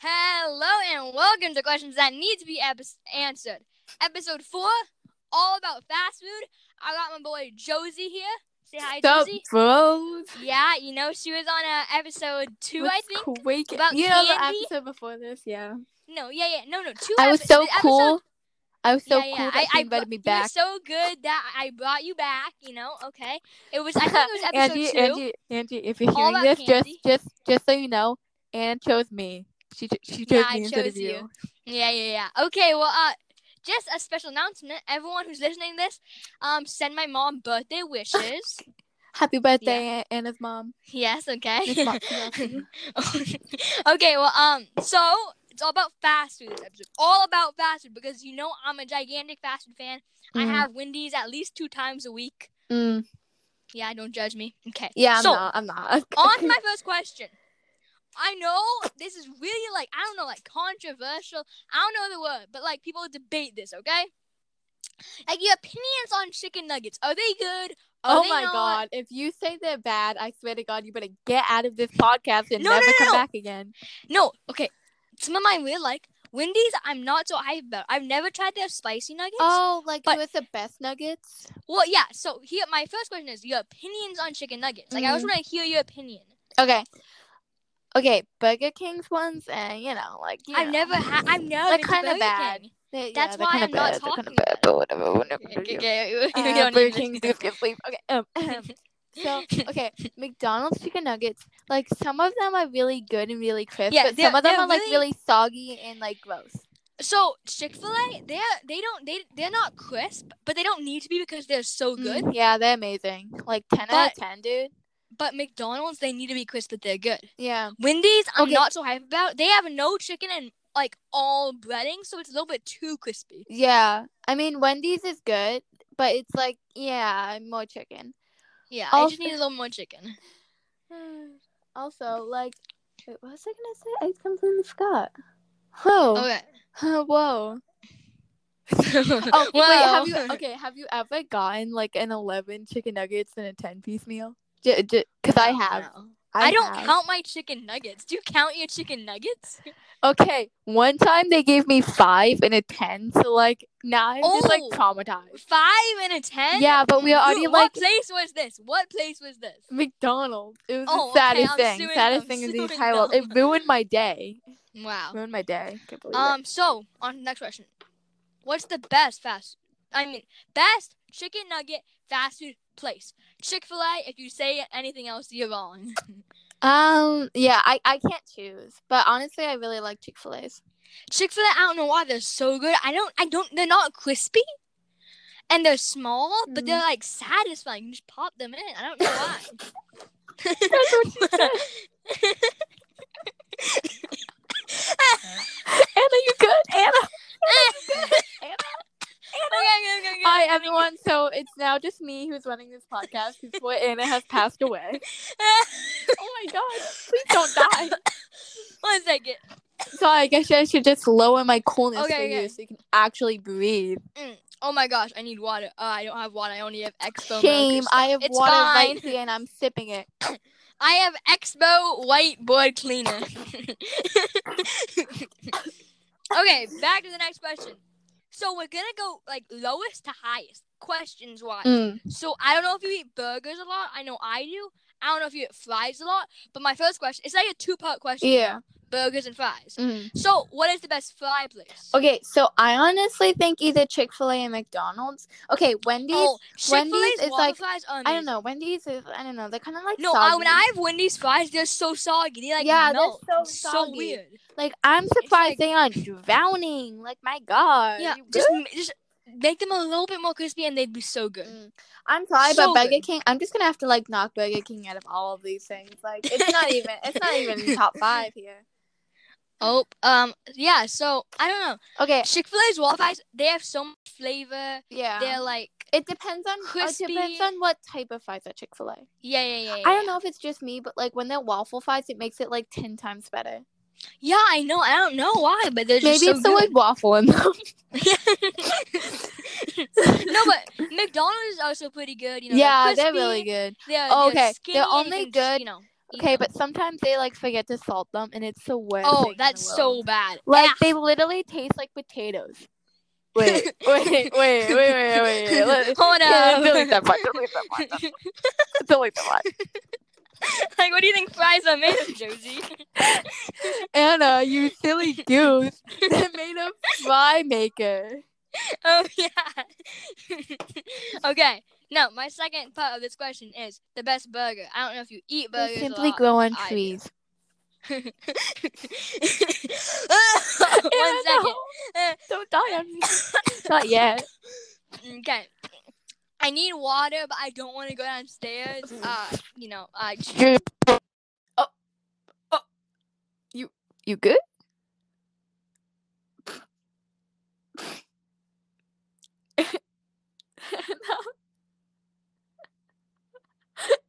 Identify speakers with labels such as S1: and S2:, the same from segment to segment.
S1: Hello and welcome to Questions That Need to Be Epis Answered. Episode 4, all about fast food. I got my boy Josie here. Say hi,
S2: Sup,
S1: Josie.
S2: bros?
S1: Yeah, you know, she was on uh, episode 2, I
S2: What's
S1: think.
S2: quaking?
S1: about
S2: you know the
S1: candy?
S2: episode before this, yeah.
S1: No, yeah, yeah. No, no, 2
S2: I was
S1: epi-
S2: so
S1: the episode-
S2: cool. I was so
S1: Yeah, yeah,
S2: cool.
S1: I-
S2: That
S1: I
S2: she invited
S1: brought-
S2: me
S1: You were
S2: back.
S1: so good that I brought you back, you know, okay. It was, I think it was episode
S2: Angie,
S1: 2.
S2: Angie, Angie, if you're
S1: All
S2: hearing
S1: about
S2: this,
S1: candy.
S2: just, just, just so you know, Anne chose me. She, ch- she
S1: Yeah,
S2: chose
S1: I
S2: me instead
S1: chose
S2: of you.
S1: you. Yeah, yeah, yeah. Okay, well, uh, just a special announcement. Everyone who's listening to this, um, send my mom birthday wishes.
S2: Happy birthday, An- Anna's mom.
S1: yes, okay.
S2: Miss Matsumoto.
S1: Mm, okay, well, um, so it's all about fast food this episode. All about fast food because you know I'm a gigantic fast food fan. I
S2: Mm,
S1: have Wendy's at least two times a week.
S2: mm.
S1: Yeah, don't judge me. Okay.
S2: Yeah, I'm
S1: so
S2: not. I'm not.
S1: on to my first question. I know this is really like I don't know like controversial. I don't know the word, but like people debate this, okay? Like your opinions on chicken nuggets. Are they good? Are
S2: oh
S1: they
S2: my
S1: not?
S2: god! If you say they're bad, I swear to God, you better get out of this podcast and
S1: No, no,
S2: never
S1: no,
S2: come
S1: no.
S2: back again.
S1: No, okay. Some of mine were like Wendy's. I'm not so hyped about. I've never tried their spicy nuggets.
S2: Oh, like
S1: But-
S2: was the best nuggets?
S1: Well, yeah. So here, my first question is your opinions on chicken nuggets. Like I
S2: Mm-hmm.
S1: just want to hear your opinion.
S2: Okay. Okay, Burger King's ones, and you know, like you
S1: I've
S2: know,
S1: never had. I've never.
S2: They're
S1: been to
S2: kinda
S1: Burger
S2: bad.
S1: King.
S2: They- yeah,
S1: that's
S2: they're
S1: why
S2: kinda
S1: I'm not
S2: bad, they're kinda
S1: talking about
S2: bad, but whatever, whatever.
S1: Okay,
S2: you-
S1: okay,
S2: Uh,
S1: you don't
S2: Burger
S1: need to-
S2: King's just gets sleep. Okay, um, ahem. so okay, McDonald's chicken nuggets. Like some of them are really good and really crisp,
S1: Yeah,
S2: but
S1: they're-
S2: some of them
S1: they're
S2: are like
S1: really-
S2: really soggy and like gross.
S1: So Chick Fil A, they are they don't they they're not crisp, but they don't need to be because they're so Oh, good.
S2: Mm, yeah, they're amazing. Like ten out
S1: But-
S2: of ten, dude.
S1: But McDonald's, they need to be crisp, but they're good.
S2: Yeah.
S1: Wendy's, I'm
S2: Okay.
S1: not so hype about. They have no chicken and like all breading, so it's a little bit too crispy.
S2: Yeah. I mean, Wendy's is good, but it's like, yeah, more chicken.
S1: Yeah, I
S2: Also-
S1: just need a little more chicken.
S2: Also, like, wait, what was I gonna say? I completely forgot. Whoa,
S1: Okay.
S2: whoa.
S1: oh,
S2: wait, have you okay? Have you ever gotten like an eleven chicken nuggets and a ten piece meal? Because I have.
S1: I, don't
S2: have.
S1: count my chicken nuggets. Do you count your chicken nuggets?
S2: Okay, one time they gave me five and a ten, so like now I'm just like
S1: Oh.
S2: traumatized.
S1: Five and a ten.
S2: Yeah, but we
S1: Who-
S2: already
S1: What
S2: like
S1: place was this? What place was this?
S2: McDonald's. It was
S1: Oh,
S2: the
S1: okay,
S2: saddest
S1: I'm
S2: thing.
S1: suing
S2: saddest
S1: them,
S2: thing in the
S1: suing
S2: entire world.
S1: them.
S2: It ruined my day.
S1: Wow.
S2: Ruined my day. Can't believe it.
S1: Um. So on to the next question. What's the best fast? I mean, best chicken nugget fast food place? Chick Fil A. If you say anything else, you're wrong.
S2: Um, yeah, I, I can't choose, but honestly, I really like Chick fil A's.
S1: Chick Fil A. I don't know why they're so good. I don't. I don't. They're not crispy, and they're small, but they're
S2: Mm-hmm.
S1: like satisfying. You just pop them in. I don't know why.
S2: Anna, you good? Anna!
S1: Okay, okay, okay, okay.
S2: Hi, everyone. So it's now just me who's running this podcast before Anna has passed away. Oh my god, please don't die.
S1: One second.
S2: So I guess I should just lower my coolness
S1: Okay,
S2: for
S1: okay.
S2: you so you can actually breathe.
S1: Oh my gosh, I need water. Uh, I don't have water. I only have Expo.
S2: Shame,
S1: Mocha.
S2: I have
S1: It's
S2: water
S1: fine.
S2: right here and I'm sipping it.
S1: I have Expo whiteboard cleaner. okay, back to the next question. So we're gonna go like lowest to highest questions wise.
S2: Mm.
S1: So I don't know if you eat burgers a lot. I know I do. I don't know if you eat fries a lot. But my first question, it's like a two part question. you
S2: Yeah.
S1: know, burgers and fries.
S2: Mm.
S1: So what is the best fry place?
S2: Okay, so I honestly think either Chick fil A and McDonald's. Okay, Wendy's.
S1: Oh, Chick Fil
S2: Wendy's
S1: A's
S2: is
S1: waffle
S2: like-
S1: fries are
S2: I don't
S1: amazing.
S2: know. Wendy's is I don't know. They're kind of like
S1: No,
S2: soggy.
S1: I, when I have Wendy's fries, they're so soggy. They like
S2: Yeah, they're
S1: melt.
S2: so
S1: It's
S2: soggy.
S1: weird.
S2: like I'm surprised
S1: like-
S2: they aren't drowning. Like my god.
S1: Yeah,
S2: you
S1: just
S2: good?
S1: m- just make them a little bit more crispy, and they'd be so good.
S2: Mm. I'm sorry,
S1: so
S2: but Burger
S1: good.
S2: King. I'm just gonna have to like knock Burger King out of all of these things. Like it's not even it's not even in the top five here.
S1: Oh, um, yeah. So I don't know.
S2: Okay,
S1: Chick Fil A's waffle fries, they have so much flavor.
S2: yeah.
S1: They're like,
S2: it depends on uh, it
S1: crispy.
S2: depends on what type of fries at Chick Fil A. I
S1: yeah, yeah, yeah. yeah,
S2: don't
S1: yeah.
S2: know if it's just me, but like when they're waffle fries, it makes it like ten times better.
S1: Yeah, I know. I don't know why, but they're just
S2: Maybe it's
S1: so
S2: the word
S1: good.
S2: waffle in them.
S1: no, but McDonald's is also pretty good. You know,
S2: yeah,
S1: they're,
S2: they're
S1: crispy,
S2: really good.
S1: They're,
S2: Oh,
S1: they're
S2: okay, they're
S1: skinny and you
S2: only
S1: can just,
S2: good-
S1: you know, you
S2: Okay,
S1: know.
S2: but sometimes they like forget to salt them, and it's the worst. thing
S1: oh,
S2: in the
S1: that's so
S2: world.
S1: bad.
S2: Like
S1: Yeah.
S2: they literally taste like potatoes. Wait, wait, wait, wait, wait, wait. wait. Let-
S1: Hold
S2: yeah,
S1: up.
S2: delete that part. Delete that part. Delete that part.
S1: like, what do you think fries are made of, Josie?
S2: Anna, you silly goose. They made a fry maker.
S1: oh yeah. okay. Now, my second part of this question is the best burger. I don't know if you eat burgers.
S2: They
S1: a
S2: simply
S1: lot.
S2: grow on
S1: I do.
S2: trees.
S1: One second.
S2: Don't die on me. Not yet.
S1: Okay. I need water, but I don't want to go downstairs. Uh, you know, I just
S2: You. Oh. Oh. You. You good? Anna.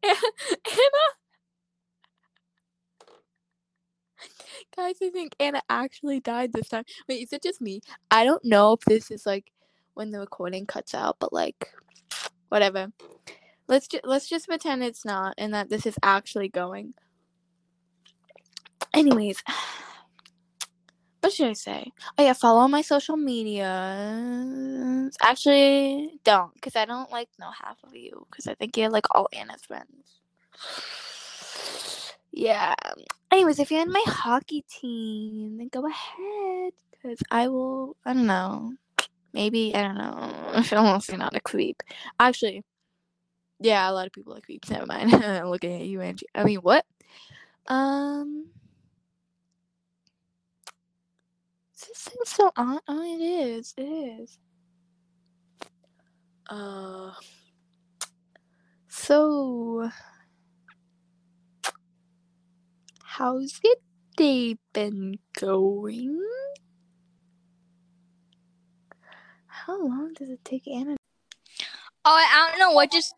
S2: Anna. Guys, I think Anna actually died this time. Wait, is it just me? I don't know if this is like when the recording cuts out, but like, whatever. Let's ju- let's just pretend it's not and that this is actually going. Anyways, what should I say? Oh yeah, follow my social medias. Actually, don't, because I don't like know half of you, because I think you're like all Anna's friends. Yeah. Anyways, if you're in my hockey team, then go ahead, because I will. I don't know. Maybe I don't know. I feel honestly not a creep. Actually, yeah, a lot of people are creeps. Never mind. I'm looking at you, Angie. I mean, what? Um, is this thing still on? Oh, it is. It is. Uh, so how's your day been going? How long does it take Anna?
S1: Oh, I don't know what just.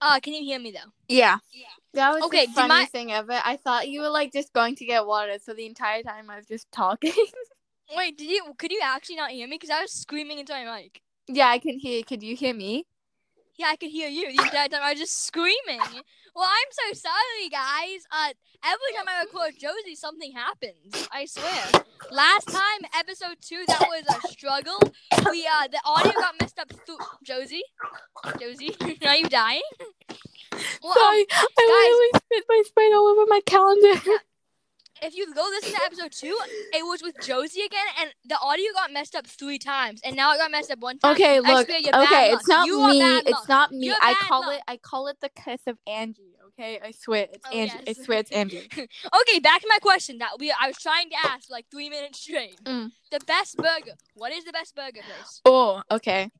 S1: Uh, can you hear me though?
S2: Yeah.
S1: Yeah.
S2: That was
S1: Okay,
S2: the
S1: do my-
S2: funniest thing ever. I thought you were like just going to get water, so the entire time I was just talking.
S1: Wait, did you? Could you actually not hear me? Because I was screaming into my mic.
S2: yeah, I can hear you. Could you hear me?
S1: Yeah, I could hear you the entire time. I was just screaming. Well, I'm so sorry, guys. Uh, every time I record Josie, something happens. I swear. Last time, episode two, that was a struggle. We uh, the audio got messed up. Through- Josie, Josie, are you dying? Well, um,
S2: Sorry, I literally spit my spit all over my calendar.
S1: if you go listen to episode two, it was with Josie again, and the audio got messed up three times, and now it got messed up one time.
S2: okay,
S1: I
S2: look.
S1: swear, you're bad
S2: Okay,
S1: luck.
S2: it's not
S1: You are
S2: me.
S1: bad
S2: It's
S1: luck.
S2: not me.
S1: You're
S2: I
S1: bad
S2: call
S1: luck.
S2: it. I call it the curse of Angie. Okay, I swear it's
S1: Oh,
S2: Angie.
S1: yes.
S2: I swear it's Angie.
S1: Okay, back to my question that we I was trying to ask for like three minutes straight.
S2: Mm.
S1: The best burger. What is the best burger place?
S2: Oh, okay.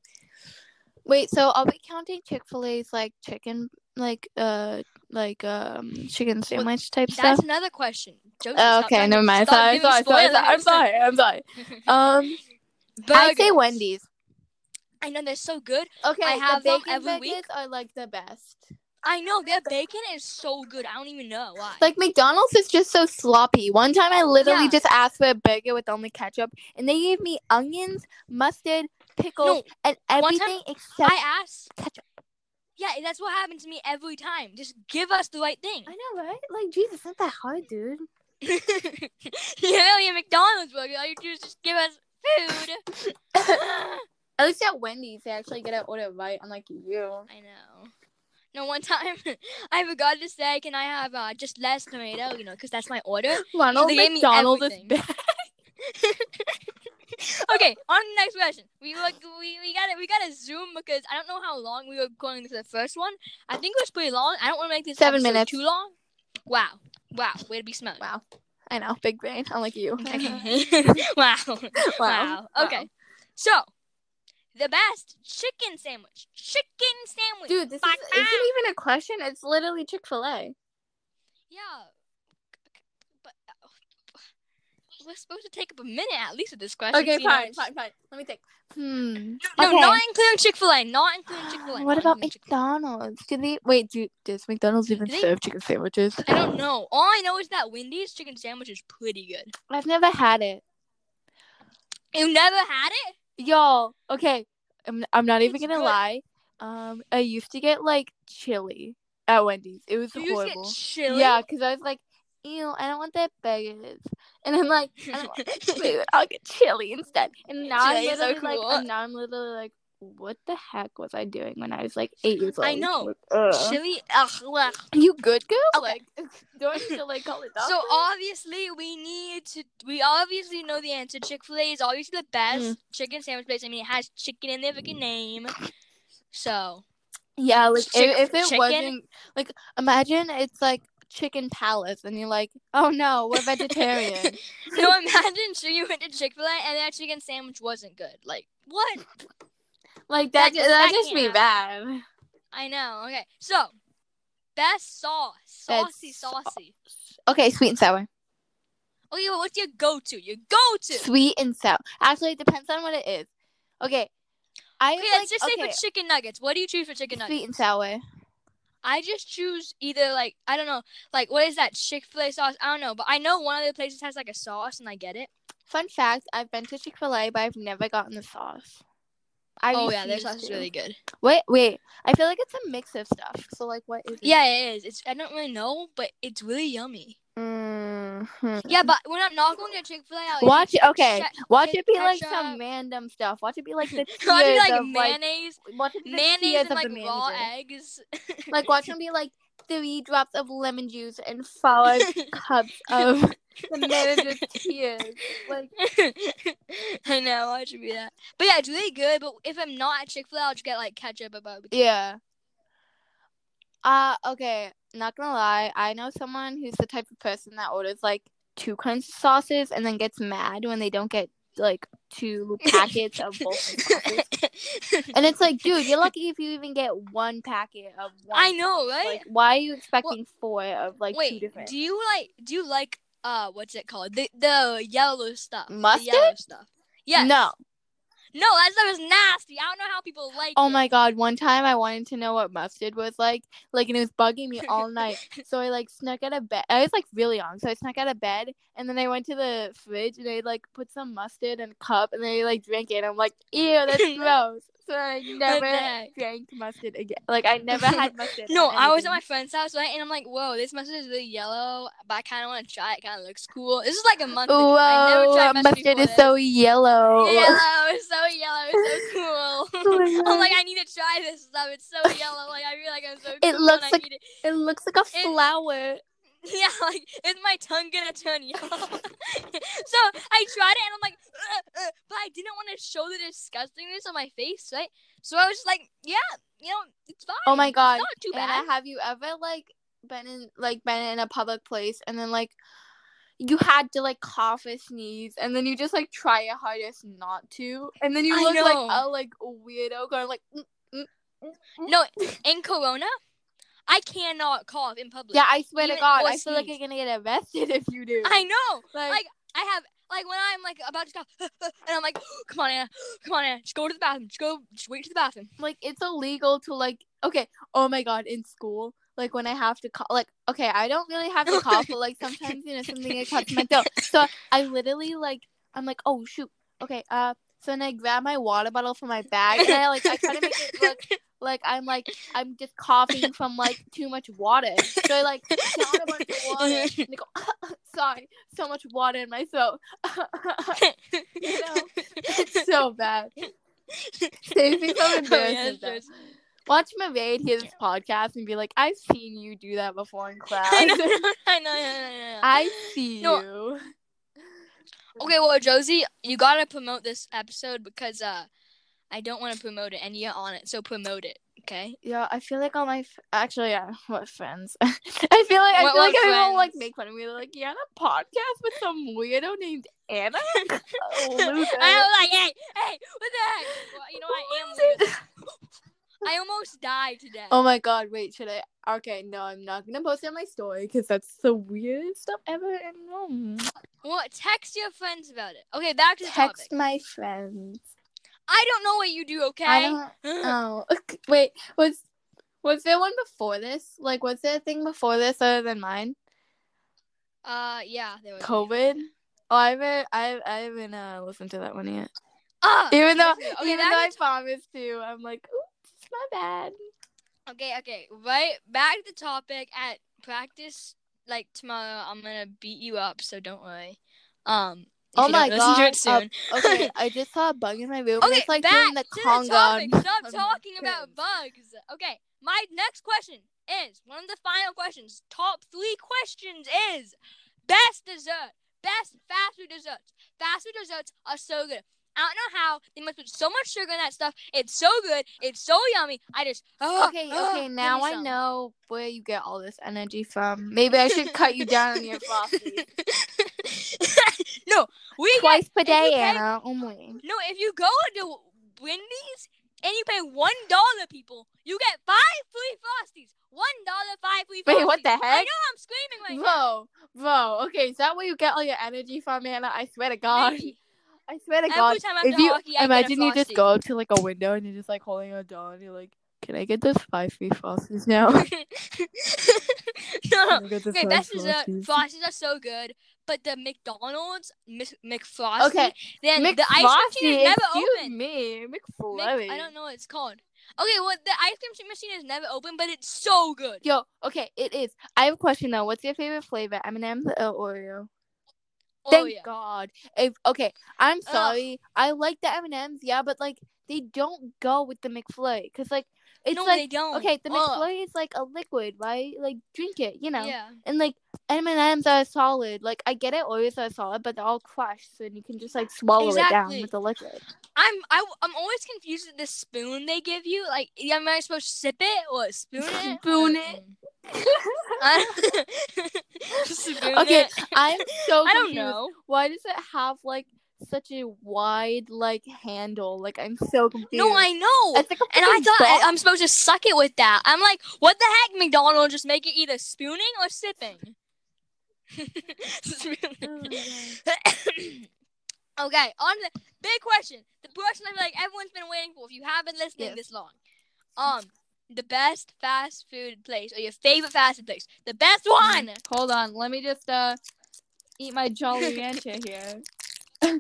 S2: Wait, so are we counting Chick Fil A's like chicken, like uh, like um, chicken sandwich type stuff?
S1: That's another question. Josie,
S2: Oh,
S1: stop
S2: okay,
S1: trying to-
S2: never mind.
S1: stop
S2: Sorry,
S1: giving
S2: sorry, sorry, sorry. I'm
S1: spoilers.
S2: sorry. I'm sorry. Um, I say
S1: Burgers.
S2: Wendy's.
S1: I know they're so good.
S2: Okay,
S1: I have
S2: the
S1: them
S2: bacon
S1: every
S2: burgers
S1: week.
S2: are like the best.
S1: I know their bacon is so good. I don't even know why.
S2: Like McDonald's is just so sloppy. One time I literally
S1: Yeah.
S2: just asked for a burger with only ketchup, and they gave me onions, mustard, pickles,
S1: no,
S2: and
S1: one time
S2: everything except
S1: I asked.
S2: ketchup.
S1: Yeah, that's what happens to me every time. Just give us the right thing.
S2: I know, right? Like, Jesus, it's not that hard, dude.
S1: you know, your McDonald's burger. All you do is just give us food.
S2: At least at Wendy's, they actually get an order right, unlike you.
S1: I know. No, one time I forgot to say, can I have uh, just less tomato, you know, because that's my order.
S2: Ronald
S1: they gave me
S2: McDonald is
S1: everything.
S2: bad.
S1: Okay, on to the next question. We look, we, we gotta we gotta zoom because I don't know how long we were going to the first one. I think it was pretty long. I don't want to make this
S2: Seven
S1: episode
S2: minutes.
S1: too long. Wow, wow, way to be smart.
S2: Wow. I know, big brain, unlike you.
S1: Okay. wow. wow, Okay, so the best chicken sandwich, chicken sandwich.
S2: Dude, this
S1: Fuck
S2: is, isn't even a question. It's literally Chick Fil A.
S1: Yeah. But uh, we're supposed to take up a minute at least with this question. so you know it's-
S2: fine. Let me think. Hmm.
S1: No,
S2: Okay.
S1: not including Chick Fil A. Not including Chick Fil A.
S2: What about McDonald's? Do they wait? Do does McDonald's even
S1: Do they-
S2: serve chicken sandwiches?
S1: I don't know. All I know is that Wendy's chicken sandwich is pretty good.
S2: I've never had it.
S1: You never had it?
S2: Y'all, okay. I'm I'm not even
S1: It's
S2: gonna
S1: good.
S2: lie. Um, I used to get like chili at Wendy's. It was
S1: Do you just
S2: horrible.
S1: get chili?
S2: Yeah, because I was like, ew, I don't want that baguette. And I'm like, I don't want food. I'll get chili instead. And now I'm
S1: Chili's so
S2: literally like,
S1: cool.
S2: and now I'm literally like, what the heck was I doing when I was like eight years old?
S1: I know.
S2: Ugh.
S1: chili. Ugh, blech.
S2: You good girl?
S1: Okay.
S2: Like, don't you feel like call it
S1: So obviously we need to. We obviously know the answer. Chick Fil A is obviously the best
S2: Mm.
S1: chicken sandwich place. I mean, it has chicken in their freaking name. So
S2: yeah, like
S1: Chick-
S2: if, if it
S1: chicken?
S2: wasn't like, imagine it's like Chicken Palace, and you're like, oh no, we're vegetarian.
S1: no, imagine so you went to Chick Fil A and that chicken sandwich wasn't good. Like what?
S2: like that,
S1: That-
S2: that,
S1: that
S2: just be
S1: can't
S2: bad.
S1: I know. Okay, so best sauce,
S2: Best
S1: saucy,
S2: sau-
S1: saucy.
S2: Okay, sweet and sour.
S1: Okay, well, what's your go-to? Your go-to.
S2: Sweet and sour. Actually, it depends on what it is. Okay, I
S1: Okay,
S2: like,
S1: let's just
S2: okay,
S1: say for chicken nuggets. What do you choose for chicken nuggets?
S2: sweet and sour.
S1: I just choose either like I don't know, like what is that Chick Fil A sauce? I don't know, but I know one of the places has like a sauce, and I get it.
S2: Fun fact: I've been to Chick Fil A, but I've never gotten the sauce. I
S1: oh yeah, their
S2: refuse
S1: sauce is
S2: to.
S1: really good.
S2: Wait, wait. I feel like it's a mix of stuff. So, like, what is it?
S1: Yeah, it is. It's I don't really know, but it's really yummy.
S2: Mhm.
S1: Oh, Yeah, but when I'm not going to Chick Fil A,
S2: Watch it. Okay. Watch
S1: chick-
S2: it be like some
S1: ketchup.
S2: random stuff. Watch it be like the
S1: I
S2: tears
S1: like
S2: of like
S1: mayonnaise,
S2: watch it be the
S1: mayonnaise
S2: tears
S1: and
S2: of
S1: like
S2: the
S1: raw
S2: manager.
S1: eggs.
S2: Like watch them be like three drops of lemon juice and five cups of the manager's tears. Like
S1: I know, I should be that. But yeah, it's really good. But if I'm not at Chick Fil A, I'll just get like ketchup or barbecue.
S2: yeah. Uh okay. Not gonna lie, I know someone who's the type of person that orders like two kinds of sauces and then gets mad when they don't get like two packets of both sauces. And it's like, dude, you're lucky if you even get one packet of one.
S1: I know, right?
S2: Like, why are you expecting four of like two
S1: Wait,
S2: different?
S1: do you like do you like uh what's it called? The the yellow stuff. The
S2: Mustard?
S1: yellow stuff. Yes.
S2: No.
S1: No, that stuff is nasty. I don't know how people like
S2: Oh
S1: it.
S2: my god! One time I wanted to know what mustard was like, like, and it was bugging me all night. So I like snuck out of bed. I was like really young, so I snuck out of bed, and then I went to the fridge and I like put some mustard in a cup, and then I like drank it. And I'm like, ew, that's gross. So I never
S1: heck?
S2: drank mustard again. Like I never had mustard.
S1: No,
S2: on
S1: I was at
S2: anything.
S1: my friend's house, right? And I'm like, whoa, this mustard is really yellow, but I kind of want to try it. kind of looks cool. This is like a month ago.
S2: Whoa, uh,
S1: I never tried mustard,
S2: mustard
S1: before
S2: is
S1: this.
S2: so yellow. Oh
S1: Yellow, it's so yellow, it's so cool.
S2: my
S1: I'm
S2: God.
S1: like, I need to try this stuff. It's so yellow. Like, I feel like I'm so cool. and
S2: looks
S1: I
S2: like-
S1: need it.
S2: It looks like a
S1: It-
S2: flower.
S1: Yeah, like is my tongue gonna turn yellow? so I tried it and I'm like, "Ugh, ugh," but I didn't want to show the disgustingness on my face, right? So I was just like, yeah, you know, it's fine.
S2: Oh my god.
S1: it's not too bad.
S2: Anna, have you ever like been in like been in a public place and then like you had to like cough or sneeze and then you just like try your hardest not to and then you
S1: I
S2: look
S1: know.
S2: like a like weirdo going like "Mm, mm, mm, mm."
S1: No, in Corona, I cannot cough in public.
S2: yeah I swear to
S1: even-
S2: God
S1: or
S2: I feel like you're
S1: sneeze.
S2: gonna get arrested if you do
S1: I know.
S2: like,
S1: like, I have like when I'm like about to cough, and I'm like, come on, Anna, come on, Anna, just go to the bathroom, just go, just wait to the bathroom.
S2: like it's illegal to like okay oh my god in school like when I have to cough like okay I don't really have to cough but like sometimes you know something gets caught in my throat so I literally like I'm like oh shoot okay uh so then I grab my water bottle from my bag and I like I try to make it look like I'm like I'm just coughing from like too much water so I like down a bunch of water and I go sorry so much water in my throat you know it's so bad saves me
S1: Oh,
S2: from
S1: yeah,
S2: embarrassment though.
S1: it's-
S2: Watch Mavade hear this podcast and be like, I've seen you do that before in class.
S1: I know, I know, I know, I
S2: I see
S1: No.
S2: you.
S1: know. Okay, well, Josie, you gotta promote this episode because uh, I don't want to promote it, and you're on it, so promote it, okay?
S2: Yeah, I feel like all my f- actually, yeah, what friends? I feel like I
S1: What-
S2: feel like
S1: what
S2: everyone like
S1: friends?
S2: make fun of me. They're like, "You're on a podcast with some weirdo named Anna." oh,
S1: I was
S2: loser.
S1: like, hey, hey, what the heck? Well, you know, I am.
S2: Loser.
S1: Losing. I almost died today.
S2: Oh my god! Wait, should I? Okay, no, I'm not gonna post it on my story because that's the weirdest stuff ever. And um,
S1: Well, text your friends about it. Okay, back to the
S2: text
S1: topic.
S2: my friends.
S1: I don't know what you do, okay?
S2: I don't. Oh, okay. wait. Was was there one before this? Like, was there a thing before this other than mine?
S1: uh, yeah, there was.
S2: COVID. Oh, I haven't. I I haven't uh, listened to that one yet.
S1: Ah,
S2: Even though,
S1: okay,
S2: even
S1: back
S2: though I
S1: to-
S2: promised to, I'm like, oops, my bad.
S1: Okay, okay. Right back to the topic at practice like tomorrow I'm gonna beat you up, so don't worry. Um if
S2: Oh
S1: you don't
S2: my
S1: listen to
S2: God,
S1: it soon.
S2: Okay, I just saw a bug in my room. and
S1: okay,
S2: it's like
S1: back
S2: doing the
S1: to
S2: conga.
S1: the topic.
S2: on-
S1: Stop
S2: on my
S1: talking about
S2: face.
S1: bugs. Okay, my next question is one of the final questions. Top three questions is best dessert, best fast food desserts. Fast food desserts are so good. I don't know how they must put so much sugar in that stuff. It's so good. It's so yummy. I just ah,
S2: Okay,
S1: ah,
S2: okay.
S1: give me
S2: Now I
S1: some.
S2: know where you get all this energy from. Maybe I should cut you down on your coffee
S1: no, we get
S2: twice per day,
S1: pay-
S2: Anna. Only.
S1: No, if you go to Wendy's and you pay one dollar, people, you get five free frosties. One dollar, five free.
S2: Wait, what the
S1: Frosties. I
S2: heck?
S1: know I'm screaming right now.
S2: Bro, bro. Okay, is that where you get all your energy from, Anna? I swear to God.
S1: Maybe.
S2: I swear to
S1: Every
S2: Oh God.
S1: time after
S2: If you
S1: hockey, I get a
S2: imagine you
S1: Frosty.
S2: just go to like a window and you're just like holding a door and you're like, "Can I get those five free frosties now?"
S1: no, no.
S2: Can I get the
S1: Okay,
S2: five
S1: that's dessert.
S2: Frosties?"
S1: Frosties are so good, but the McDonald's Mc- McFrosty.
S2: Okay,
S1: then
S2: McFrosty,
S1: the ice cream machine is never
S2: excuse
S1: open.
S2: me,
S1: Mc-
S2: McFlurry.
S1: I don't know what it's called. Okay, well the ice cream machine is never open, but it's so good.
S2: Yo, okay, it is. I have a question though. What's your favorite flavor, M&M's or Oreo?
S1: oh
S2: Thank
S1: yeah.
S2: God. If okay, I'm
S1: Ugh.
S2: sorry. I like the M&M's, yeah, but like they don't go with the McFlurry because like it's
S1: no, they
S2: like
S1: don't.
S2: okay, the
S1: Ugh.
S2: McFlurry is like a liquid, right? Like drink it, you know.
S1: Yeah.
S2: And like M&M's are solid. Like I get it, Oreos are solid, but they're all crushed, so you can just like swallow it down
S1: Exactly.
S2: with the liquid.
S1: I'm I, I'm always confused with the spoon they give you. Like, am I supposed to sip it or spoon it?
S2: Spoon it.
S1: I- spoon
S2: Okay,
S1: it.
S2: I'm so
S1: I don't
S2: confused.
S1: know.
S2: Why does it have like such a wide like handle? Like I'm so confused.
S1: No, I know.
S2: It's like a
S1: and I
S2: freaking
S1: thought I,
S2: dog.
S1: I'm supposed to suck it with that. I'm like, what the heck, McDonald's? Just make it either spooning or sipping. Spooning.
S2: Oh my
S1: okay, on the big question. The question I feel like everyone's been waiting for if you have been listening
S2: Yes.
S1: this long. Um, the best fast food place or your favorite fast food place. The best one.
S2: Hold on, let me just uh eat my Jolly Rancher here.
S1: yeah,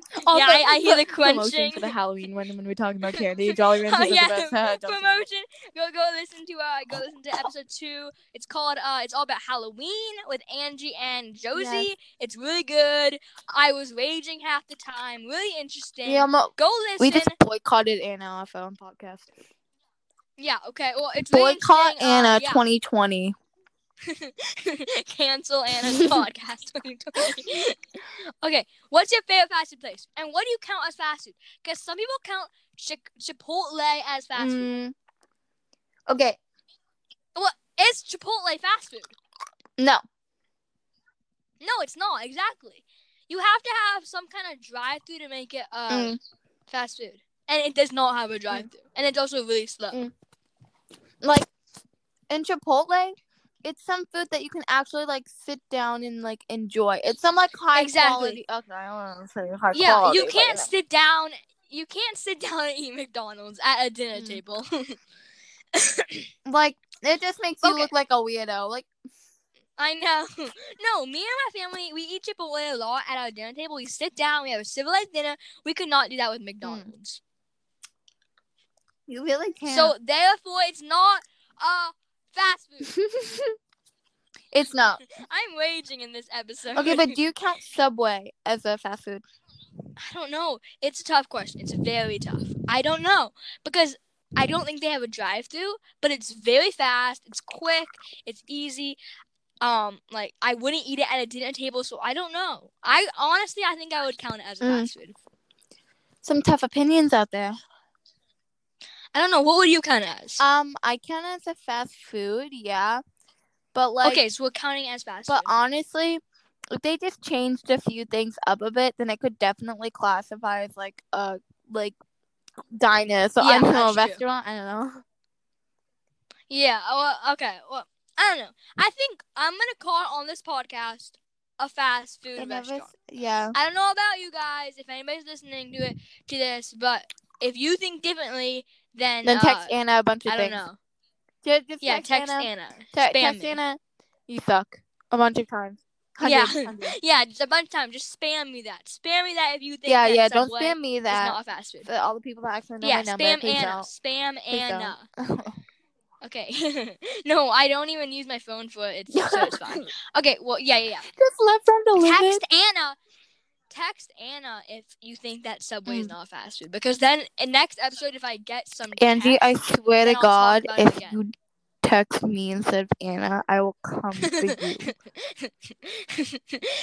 S1: I, I hear the
S2: promotion
S1: crunching.
S2: for the Halloween one when we're talking about candy. Jolly Rancher
S1: Oh
S2: is
S1: yeah,
S2: the best.
S1: promotion. Go go listen to uh go listen to episode two. It's called uh it's all about Halloween with Angie and Josie.
S2: Yes.
S1: It's really good. I was raging half the time. Really interesting.
S2: Yeah, I'm a-
S1: Go listen.
S2: we just boycotted Anna off our own podcast.
S1: yeah, okay. Well, it's really
S2: Boycott
S1: interesting. Uh,
S2: Anna
S1: yeah.
S2: 2020.
S1: Cancel Anna's podcast. 2020. okay, what's your favorite fast food place, and what do you count as fast food? Because some people count Chick- Chipotle as fast food.
S2: Mm. Okay,
S1: Is Chipotle fast food?
S2: no.
S1: No, it's not exactly. You have to have some kind of drive-through to make it uh,
S2: Mm.
S1: fast food, and it does not have a drive-through, and it's also really slow.
S2: Mm. like in Chipotle, it's some food that you can actually like sit down and like enjoy. It's some like high
S1: Exactly.
S2: quality. Okay, I don't want to say high
S1: yeah,
S2: quality.
S1: you
S2: but,
S1: can't
S2: know.
S1: sit down. You can't sit down and eat McDonald's at a dinner
S2: Mm.
S1: table.
S2: Like it just makes you
S1: Okay.
S2: look like a weirdo. Like
S1: I know. No, me and my family, we eat Chipotle a lot at our dinner table. We sit down, we have a civilized dinner. We could not do that with
S2: Hmm.
S1: McDonald's.
S2: you really can't.
S1: So therefore, it's not uh fast food.
S2: it's not
S1: I'm raging in this episode.
S2: okay. But do you count Subway as a fast food?
S1: I don't know. It's a tough question. It's very tough. I don't know because I don't think they have a drive-through, but it's very fast. It's quick. It's easy. Um, like I wouldn't eat it at a dinner table, so I don't know. I honestly, I think I would count it as a
S2: Mm.
S1: fast food.
S2: Some tough opinions out there.
S1: I don't know. What would you count it as?
S2: Um, I count it as a fast food. Yeah, but like
S1: okay, so we're counting it as fast
S2: But
S1: food.
S2: honestly, if they just changed a few things up a bit, then it could definitely classify as like a like diner. So
S1: Yeah,
S2: I don't know,
S1: that's true.
S2: restaurant. I don't know.
S1: yeah. Well, okay. Well, I don't know. I think I'm gonna call on this podcast a fast food
S2: They never,
S1: restaurant.
S2: s- yeah.
S1: I don't know about you guys. If anybody's listening to it to this, but if you think differently, then
S2: then text
S1: uh,
S2: Anna a bunch of
S1: I don't
S2: things.
S1: know.
S2: Ju- Just,
S1: Yeah, text Anna.
S2: Te-
S1: Spam
S2: text
S1: me.
S2: Anna. You suck a bunch of times.
S1: Yeah.
S2: Hundreds, hundreds.
S1: Yeah, just a bunch of time. Just spam me that. Spam me that if you think.
S2: yeah,
S1: that
S2: yeah. Don't
S1: Subway
S2: spam me
S1: is
S2: that.
S1: not a fast food.
S2: For all the people that actually know
S1: yeah,
S2: my number,
S1: spam
S2: please
S1: Anna.
S2: don't.
S1: Spam
S2: Please
S1: Anna.
S2: don't.
S1: Okay. no, I don't even use my phone for it, so it's fine.
S2: Just
S1: Okay, well, yeah, yeah, yeah.
S2: let them deliver.
S1: Text Anna. Text Anna if you think that Subway
S2: Hmm.
S1: is not fast food, because then in next episode, if I get some
S2: Angie, I
S1: text-
S2: swear
S1: then
S2: to
S1: I'll talk
S2: God,
S1: about it
S2: if
S1: again.
S2: you text me instead of Anna, I will come for you.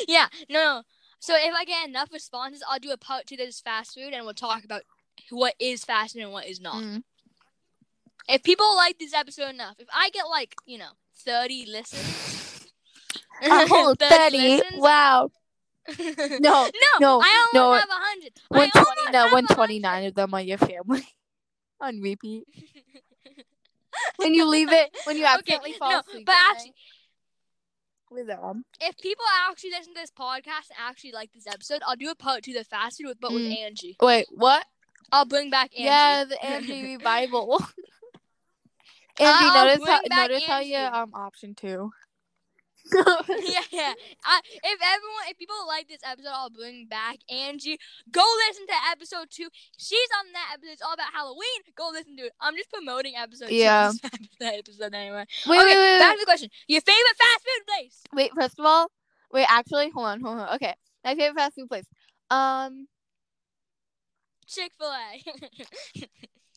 S1: yeah, no, no. So if I get enough responses, I'll do a part two that is fast food, and we'll talk about what is fast food and what is not.
S2: Mm.
S1: If people like this episode enough, if I get like you know thirty listens,
S2: A whole 30.
S1: listens-
S2: Wow. No,
S1: no,
S2: no,
S1: I only
S2: no.
S1: have a hundred. I almost
S2: 120, no,
S1: have
S2: 129 of them are your family. On repeat. When you leave it, when you
S1: Okay,
S2: accidentally fall
S1: no,
S2: asleep.
S1: but
S2: at
S1: actually-
S2: night With them.
S1: if people actually listen to this podcast and actually like this episode, I'll do a part two of the fast food, with, but with
S2: Mm.
S1: Angie.
S2: Wait, what?
S1: I'll bring back Angie.
S2: Yeah, the Angie revival. Angie,
S1: I'll
S2: notice how
S1: bring back
S2: notice how you
S1: Angie.
S2: um option two.
S1: yeah, yeah. I, if everyone, if people like this episode, I'll bring back Angie. Go listen to episode two. She's on that episode. It's all about Halloween. Go listen to it. I'm just promoting episode
S2: Yeah.
S1: two. Yeah. that episode anyway.
S2: wait,
S1: okay,
S2: wait, wait,
S1: back
S2: wait.
S1: to the question. Your favorite fast food place?
S2: Wait, first of all, wait, actually, hold on, hold on. Okay. My favorite fast food place. Um
S1: Chick Fil A.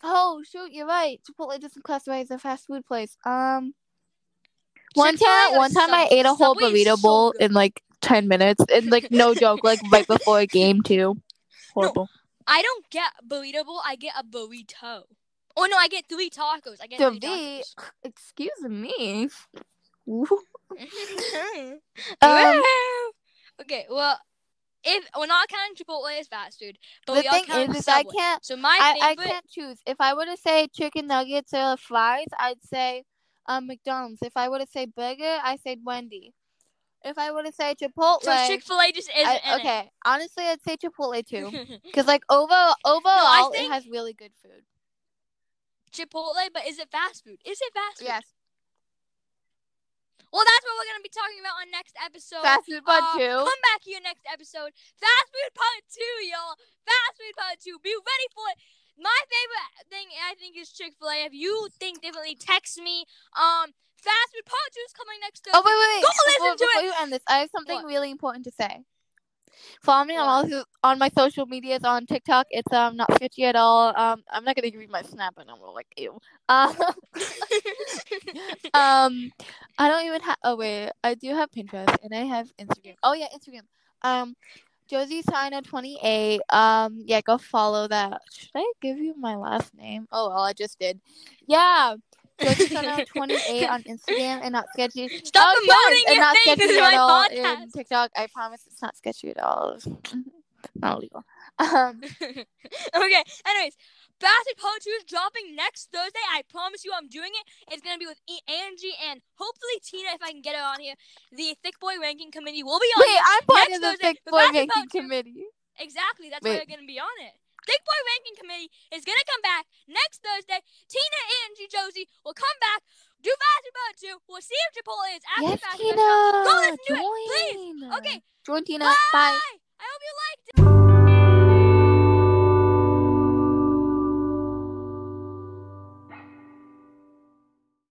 S2: oh shoot, you're right. Chipotle doesn't classify as a fast food place. Um one time one time I ate a whole burrito bowl in like ten minutes. And like no joke, like right before a game too. Horrible.
S1: I don't get burrito bowl. I get a burrito. Oh no, I get three tacos. I get
S2: To
S1: three
S2: be-
S1: tacos.
S2: Excuse me. Um,
S1: Wow. okay, well, if we're not counting Chipotle as fast food, but
S2: the
S1: we all
S2: thing
S1: count
S2: is, is I
S1: Subway.
S2: can't
S1: So my
S2: I, I
S1: favorite,
S2: can't choose. If I were to say chicken nuggets or fries, I'd say um, McDonald's. If I were to say burger, I said Wendy. If I were to say Chipotle,
S1: so Chick Fil A just isn't
S2: I-
S1: in
S2: okay. Honestly, I'd say Chipotle too,
S1: it.
S2: because like over overall,
S1: think-
S2: it has really good food.
S1: Chipotle, but is it fast food? Is it fast food?
S2: Yes,
S1: Well, that's what we're gonna be talking about on next episode.
S2: fast food part
S1: Uh,
S2: two.
S1: Come back here next episode. Fast food part two, y'all. Fast food part two. Be ready for it. My favorite thing I think is Chick Fil A. If you think differently, text me. Um, fast food part two is coming next. Thursday.
S2: Oh wait, wait.
S1: Go
S2: before,
S1: listen to
S2: before
S1: it.
S2: you end this, I have
S1: What?
S2: something really important to say. Follow me on
S1: What?
S2: all so- on my social medias on TikTok. It's um not fishy at all. Um, I'm not gonna give you my snap, and I'm like ew. Um, um, I don't even have. Oh wait, I do have Pinterest and I have Instagram. Oh yeah, Instagram. Um, Josie Sino twenty eight. Um, yeah, go follow that. Should I give you my last name? Oh well, I just did. Yeah, Josie Sino twenty eight on Instagram and not sketchy.
S1: Stop
S2: Oh,
S1: promoting
S2: yes, and
S1: your
S2: not
S1: thing. This
S2: sketchy
S1: is
S2: at
S1: my
S2: all
S1: podcast.
S2: in TikTok. I promise it's not sketchy at all. not illegal. Um,
S1: okay. Anyways, Basket Part Two is dropping next Thursday. I promise you, I'm doing it. It's gonna be with E- Angie and hopefully Tina, if I can get her on here. The Thick Boy Ranking Committee will be on.
S2: wait, I'm part
S1: next
S2: of the
S1: Thursday,
S2: Big
S1: but
S2: Boy
S1: that's
S2: Ranking
S1: about you.
S2: Committee.
S1: Exactly. That's why
S2: Wait.
S1: they're gonna be on it. Thick Boy Ranking Committee is gonna come back next Thursday. Tina, Angie, Josie will come back. Do Basket Part Two. We'll see if Chipotle is after
S2: Yes,
S1: Basket
S2: Tina.
S1: Part Two. Go listen to it.
S2: join.
S1: Okay.
S2: Join Tina.
S1: Bye.
S2: Bye.
S1: Bye.